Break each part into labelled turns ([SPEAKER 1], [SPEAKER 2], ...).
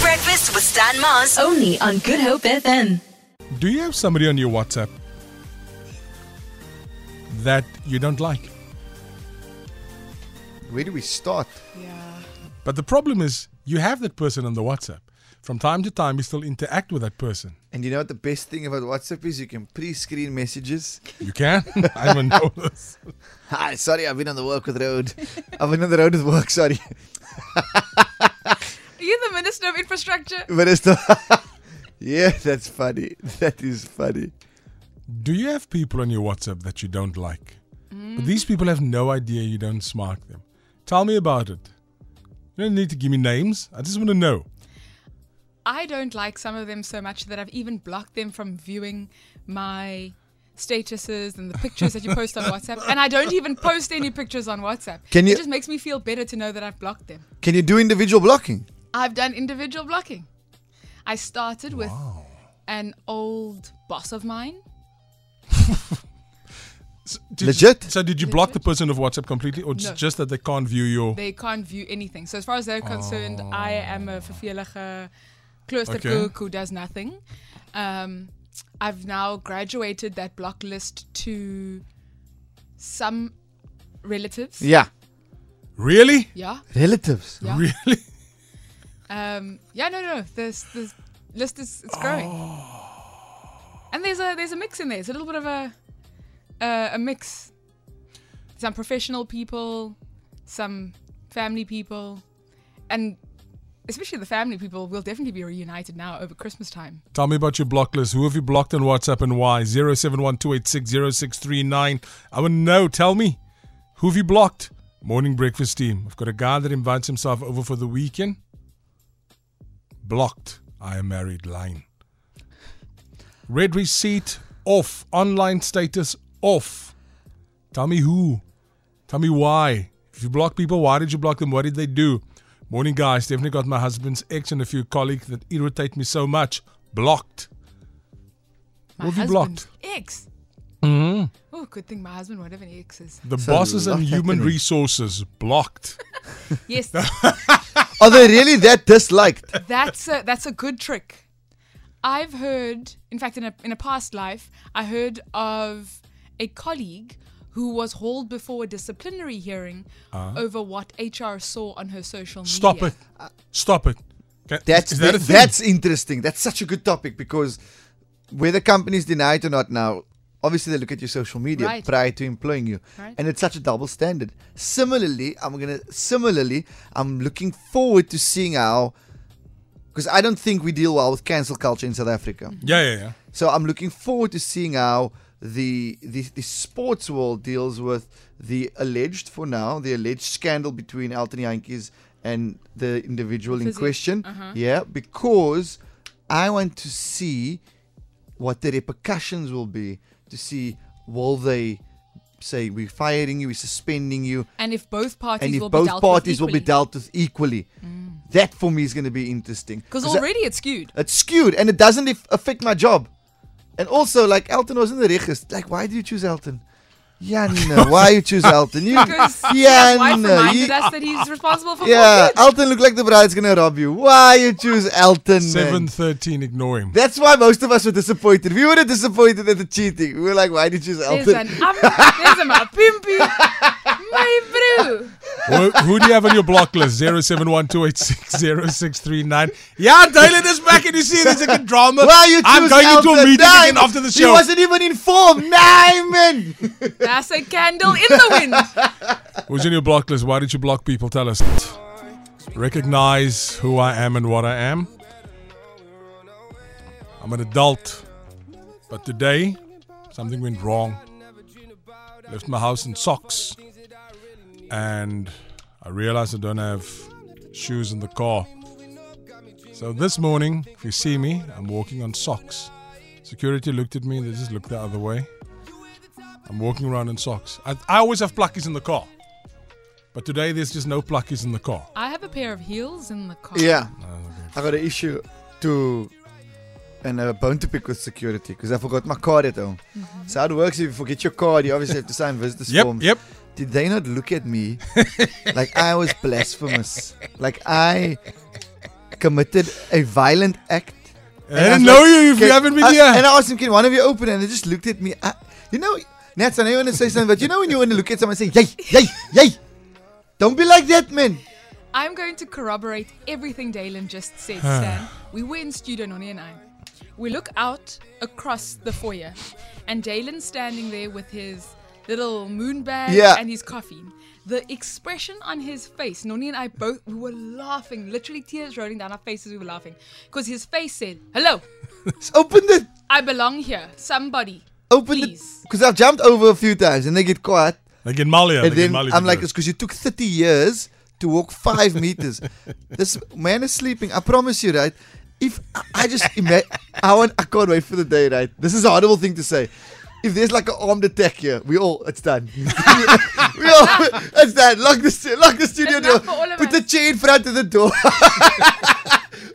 [SPEAKER 1] Breakfast with Stan Mars. Only on Good Hope FM.
[SPEAKER 2] Do you have somebody on your WhatsApp that you don't like?
[SPEAKER 3] Where do we start?
[SPEAKER 4] Yeah.
[SPEAKER 2] But the problem is, you have that person on the WhatsApp. From time to time, you still interact with that person.
[SPEAKER 3] And you know what the best thing about WhatsApp is? You can pre-screen messages.
[SPEAKER 2] You can? I even know this.
[SPEAKER 3] Hi, sorry, I've been on the work with road. I've been on the road with work. Sorry,
[SPEAKER 4] Are you the Minister of Infrastructure?
[SPEAKER 3] but it's the yeah, that's funny. That is funny.
[SPEAKER 2] Do you have people on your WhatsApp that you don't like? But these people have no idea you don't smark them. Tell me about it. You don't need to give me names. I just want to know.
[SPEAKER 4] I don't like some of them so much that I've even blocked them from viewing my statuses and the pictures that you post on WhatsApp. And I don't even post any pictures on WhatsApp.
[SPEAKER 3] Can you-
[SPEAKER 4] It just makes me feel better to know that I've blocked them.
[SPEAKER 3] Can you do individual blocking?
[SPEAKER 4] I've done individual blocking. I started with an old boss of mine.
[SPEAKER 2] S- did-
[SPEAKER 3] Legit?
[SPEAKER 2] So, did you block the person of WhatsApp completely, or just,
[SPEAKER 4] No.
[SPEAKER 2] just that they can't view your?
[SPEAKER 4] They can't view anything. So as far as they're concerned, I am a vervelige clusterbook who does nothing. Um, I've now graduated that block list to some relatives.
[SPEAKER 3] Yeah,
[SPEAKER 2] Really?
[SPEAKER 4] Yeah.
[SPEAKER 3] relatives.
[SPEAKER 4] Yeah.
[SPEAKER 2] Really?
[SPEAKER 4] Um, yeah, no, no. This this list is it's growing. And there's a there's a mix in there. It's a little bit of a uh, a mix. Some professional people, some family people, and especially the family people will definitely be reunited now over Christmas time.
[SPEAKER 2] Tell me about your block list. Who have you blocked on WhatsApp and why? 0712860639. I want to know. Tell me. Who have you blocked? Morning breakfast team. I've got a guy that invites himself over for the weekend. Blocked. I am married. Line. Red receipt off. Online status off. Tell me who. Tell me why. If you block people, why did you block them? What did they do? Morning, guys. Definitely got my husband's ex and a few colleagues that irritate me so much. Blocked.
[SPEAKER 4] My
[SPEAKER 2] What have you
[SPEAKER 4] husband- Ex. Oh, good thing my husband won't have any exes.
[SPEAKER 2] The
[SPEAKER 3] So
[SPEAKER 2] bosses and
[SPEAKER 3] lot
[SPEAKER 2] human
[SPEAKER 3] happening.
[SPEAKER 2] resources blocked.
[SPEAKER 4] Yes,
[SPEAKER 3] Are they really that disliked?
[SPEAKER 4] That's a, that's a good trick. I've heard, in fact, in a, in a past life, I heard of a colleague who was hauled before a disciplinary hearing over what HR saw on her social media.
[SPEAKER 2] Ah. Stop it. Stop it. Ca-
[SPEAKER 3] That's
[SPEAKER 2] is that a thing?
[SPEAKER 3] that's interesting. That's such a good topic because whether companies deny it or not now, obviously they look at your social media
[SPEAKER 4] Right.
[SPEAKER 3] prior to employing you,
[SPEAKER 4] Right.
[SPEAKER 3] and it's such a double standard. Similarly, I'm gonna similarly I'm looking forward to seeing how because I don't think we deal well with cancel culture in South Africa.
[SPEAKER 2] yeah, yeah, yeah.
[SPEAKER 3] So I'm looking forward to seeing how the, the the sports world deals with the alleged, for now, the alleged scandal between Elton Yankees and the individual in
[SPEAKER 4] Physio-
[SPEAKER 3] question.
[SPEAKER 4] Uh-huh.
[SPEAKER 3] Yeah, because I want to see what the repercussions will be. To see will they say we're firing you, we're suspending you,
[SPEAKER 4] And if both parties
[SPEAKER 3] and if
[SPEAKER 4] will be
[SPEAKER 3] both
[SPEAKER 4] dealt
[SPEAKER 3] parties
[SPEAKER 4] with Mm.
[SPEAKER 3] will be dealt with equally. That for me is going to be interesting
[SPEAKER 4] Because
[SPEAKER 3] I-
[SPEAKER 4] already it's skewed.
[SPEAKER 3] it's skewed and it doesn't if- affect my job. And also, like Elton was in the regist. Like, why do you choose Elton? Yeah, no. Why you choose Elton? You,
[SPEAKER 4] Because
[SPEAKER 3] yeah,
[SPEAKER 4] his wife
[SPEAKER 3] no.
[SPEAKER 4] reminded
[SPEAKER 3] you-
[SPEAKER 4] us that he's responsible for
[SPEAKER 3] yeah,
[SPEAKER 4] yeah.
[SPEAKER 3] Elton look like the bride's gonna rob you. Why you choose Elton?
[SPEAKER 2] Seven
[SPEAKER 3] Man?
[SPEAKER 2] thirteen. Ignore him.
[SPEAKER 3] That's why most of us were disappointed. We were disappointed at the cheating. We were like, why did you choose
[SPEAKER 4] There's
[SPEAKER 3] Elton?
[SPEAKER 4] an um, there's a mapimpi. My brew.
[SPEAKER 2] who, who do you have on your block list? 0712860639. Yeah, Dylan is back and you see there's a good drama.
[SPEAKER 3] why you choose
[SPEAKER 2] I'm going
[SPEAKER 3] Elton?
[SPEAKER 2] into a meeting
[SPEAKER 3] Nine.
[SPEAKER 2] again after the
[SPEAKER 3] He
[SPEAKER 2] show.
[SPEAKER 3] wasn't even informed. Nine man.
[SPEAKER 4] That's a candle in the wind.
[SPEAKER 2] Who's on your block list? Why did you block people? Tell us. Recognize who I am and what I am. I'm an adult. But today, something went wrong. Left my house in socks. And I realized I don't have shoes in the car. So this morning, if you see me, I'm walking on socks. Security looked at me, they just looked the other way. I'm walking around in socks. I, I always have pluckies in the car. But today there's just no pluckies in the car.
[SPEAKER 4] I have a pair of heels in the car.
[SPEAKER 3] Yeah.
[SPEAKER 2] Ah,
[SPEAKER 3] I got an issue to and a bone to pick with security because I forgot my card at home. So how it works if you forget your card, you obviously have to sign visitors
[SPEAKER 2] Mm-hmm. Yep,
[SPEAKER 3] forms.
[SPEAKER 2] yep.
[SPEAKER 3] Did they not look at me like I was blasphemous? Like I had committed a violent act.
[SPEAKER 2] I
[SPEAKER 3] And
[SPEAKER 2] didn't
[SPEAKER 3] was
[SPEAKER 2] know
[SPEAKER 3] like,
[SPEAKER 2] you if you
[SPEAKER 3] "Can-
[SPEAKER 2] haven't been
[SPEAKER 3] I-
[SPEAKER 2] here.
[SPEAKER 3] And I asked him, can one of you open? And they just looked at me. I, you know, Nats, I know you want to say something, but you know when you want to look at someone and say, yay, yay, yay. Don't be like that, man.
[SPEAKER 4] I'm going to corroborate everything Dalen just said, Stan. We were in Studio Noni and I. We look out across the foyer, and Dalen's standing there with his little moon bag
[SPEAKER 3] Yeah.
[SPEAKER 4] and his coffee. The expression on his face, Noni and I both we were laughing, literally tears rolling down our faces. We were laughing because his face said, "Hello,
[SPEAKER 3] Just open the,
[SPEAKER 4] I belong here. Somebody,
[SPEAKER 3] open
[SPEAKER 4] please."
[SPEAKER 3] the. Because I've jumped over a few times and they get caught.
[SPEAKER 2] Like in Malia.
[SPEAKER 3] And
[SPEAKER 2] like in
[SPEAKER 3] then
[SPEAKER 2] Malia
[SPEAKER 3] I'm
[SPEAKER 2] we
[SPEAKER 3] like,
[SPEAKER 2] do
[SPEAKER 3] it's because you took 30 years to walk five meters. This man is sleeping. I promise you, right? If I- I just imagine, I, want, I can't wait for the day, right? This is a horrible thing to say. If there's like an armed attack here, we all, it's done. we all, it's done. Lock the, stu- lock the studio
[SPEAKER 4] Enough
[SPEAKER 3] door.
[SPEAKER 4] for all of
[SPEAKER 3] Put
[SPEAKER 4] us.
[SPEAKER 3] the chair in front of the door.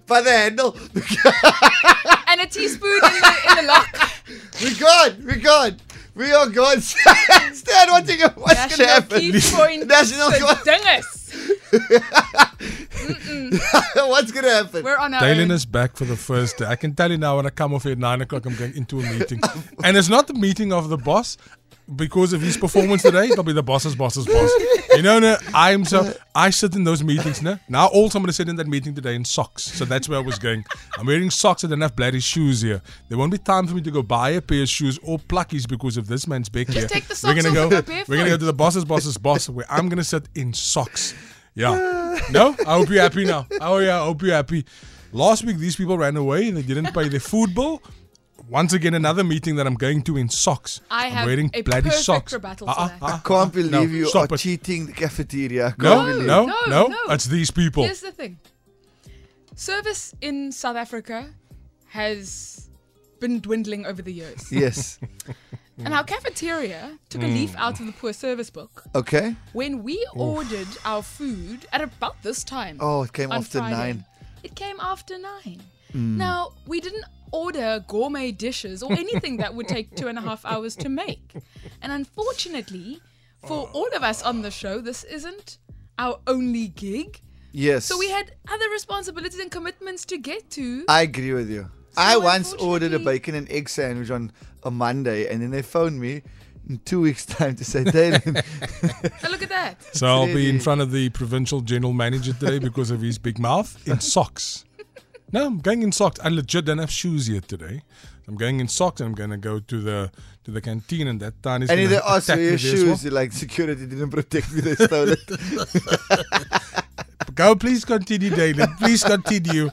[SPEAKER 3] By the handle.
[SPEAKER 4] and a teaspoon in the, in the lock.
[SPEAKER 3] We're gone. We're gone. We are gone. Stan, what's going to
[SPEAKER 4] National
[SPEAKER 3] happen?
[SPEAKER 4] key point.
[SPEAKER 3] National key-
[SPEAKER 4] Dingus.
[SPEAKER 3] what's going to happen?
[SPEAKER 4] We're on our
[SPEAKER 2] Dalen
[SPEAKER 4] own.
[SPEAKER 2] is back for the first day. I can tell you now when I come off here at 9 o'clock, I'm going into a meeting. and it's not the meeting of the boss. Because of his performance today, it'll be the boss's boss's boss. You know, no, I'm so I sit in those meetings now. Now all somebody sit in that meeting today in socks. So that's where I was going. I'm wearing socks. I don't have bloody shoes here. There won't be time for me to go buy a pair of shoes or pluckies because of this man's back here.
[SPEAKER 4] take the
[SPEAKER 2] we're
[SPEAKER 4] socks
[SPEAKER 2] gonna
[SPEAKER 4] off
[SPEAKER 2] go.
[SPEAKER 4] and go barefoot.
[SPEAKER 2] We're gonna go to the boss's boss's boss where I'm gonna sit in socks. Yeah. No? I hope you're happy now. Oh yeah, I hope you're happy. Last week these people ran away and they didn't pay their food bill. Once again, another meeting that I'm going to in socks.
[SPEAKER 4] I
[SPEAKER 2] I'm
[SPEAKER 4] have
[SPEAKER 2] wearing
[SPEAKER 4] a
[SPEAKER 2] bloody
[SPEAKER 4] perfect
[SPEAKER 2] socks.
[SPEAKER 4] rebuttal
[SPEAKER 2] Uh-uh,
[SPEAKER 4] to that.
[SPEAKER 2] uh-uh,
[SPEAKER 3] Can't
[SPEAKER 2] uh-uh.
[SPEAKER 3] believe
[SPEAKER 2] No,
[SPEAKER 3] you
[SPEAKER 2] stop
[SPEAKER 3] are
[SPEAKER 2] it.
[SPEAKER 3] cheating the cafeteria. I can't
[SPEAKER 2] No,
[SPEAKER 3] believe
[SPEAKER 2] no,
[SPEAKER 4] No,
[SPEAKER 2] no,
[SPEAKER 4] no.
[SPEAKER 2] It's these people.
[SPEAKER 4] Here's the thing. Service in South Africa has been dwindling over the years.
[SPEAKER 3] Yes. Mm.
[SPEAKER 4] And our cafeteria took a leaf out of the poor service book
[SPEAKER 3] Okay.
[SPEAKER 4] when we ordered our food at about this time.
[SPEAKER 3] Oh, it came
[SPEAKER 4] on
[SPEAKER 3] after
[SPEAKER 4] Friday.
[SPEAKER 3] nine. Mm.
[SPEAKER 4] It came after nine. Now, we didn't order gourmet dishes or anything that would take two and a half hours to make. And unfortunately,
[SPEAKER 3] Oh.
[SPEAKER 4] for all of us on the show, this isn't our only gig.
[SPEAKER 3] Yes.
[SPEAKER 4] So we had other responsibilities and commitments to get to.
[SPEAKER 3] I agree with you. I once ordered a
[SPEAKER 4] unfortunately-
[SPEAKER 3] bacon and egg sandwich on a Monday, and then they phoned me in two weeks' time to say, Dalen,
[SPEAKER 4] Now look at that.
[SPEAKER 2] So I'll be in
[SPEAKER 3] Really?
[SPEAKER 2] front of the provincial general manager today because of his big mouth in socks. No, I'm going in socks. I legit don't have shoes here today. I'm going in socks and I'm going to go to the to the canteen and that tiny.
[SPEAKER 3] and if they ask for your shoes, you're like, security didn't protect me, they stole it.
[SPEAKER 2] Go, please continue, David. Please continue.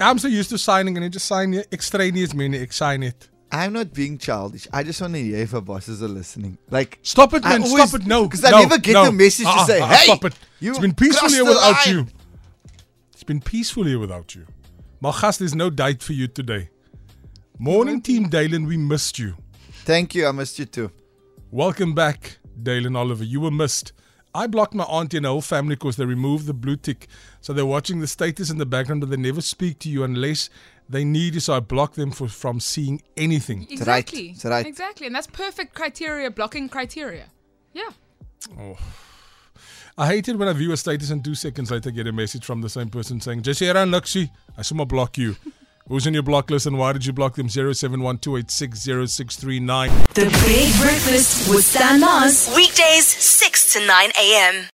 [SPEAKER 2] I'm so used to signing and you just sign it. Extraneous meaning, ek sign it.
[SPEAKER 3] I'm not being childish. I just want to hear if our bosses are listening. Like,
[SPEAKER 2] Stop it,
[SPEAKER 3] I
[SPEAKER 2] man.
[SPEAKER 3] always-
[SPEAKER 2] stop it. No.
[SPEAKER 3] 'cause I
[SPEAKER 2] no,
[SPEAKER 3] never get
[SPEAKER 2] no.
[SPEAKER 3] the message to
[SPEAKER 2] Uh-uh,
[SPEAKER 3] say,
[SPEAKER 2] uh-uh,
[SPEAKER 3] "Hey,
[SPEAKER 2] stop it.
[SPEAKER 3] you
[SPEAKER 2] It's been peaceful
[SPEAKER 3] crossed
[SPEAKER 2] here
[SPEAKER 3] the
[SPEAKER 2] without
[SPEAKER 3] line."
[SPEAKER 2] you. It's been peaceful here without you. Malchas, there's no date for you today. Morning, Team Dalen. We missed you.
[SPEAKER 3] thank you, I missed you too.
[SPEAKER 2] Welcome back, Dalen Oliver. You were missed. I blocked my auntie and her whole family because they removed the blue tick. So they're watching the status in the background, but they never speak to you unless they need you. So I blocked them for, from seeing anything.
[SPEAKER 3] right.
[SPEAKER 4] Exactly.
[SPEAKER 3] It's right.
[SPEAKER 4] Exactly. And that's perfect criteria, blocking criteria. Yeah.
[SPEAKER 2] I hate it when I view a status and two seconds later get a message from the same person saying, Jesse Aaron Luxi, I saw my block you. Who's in your block list and why did you block them? 0712860639.
[SPEAKER 1] The Big Breakfast with Stan Mars. Weekdays, 6 to 9 a.m.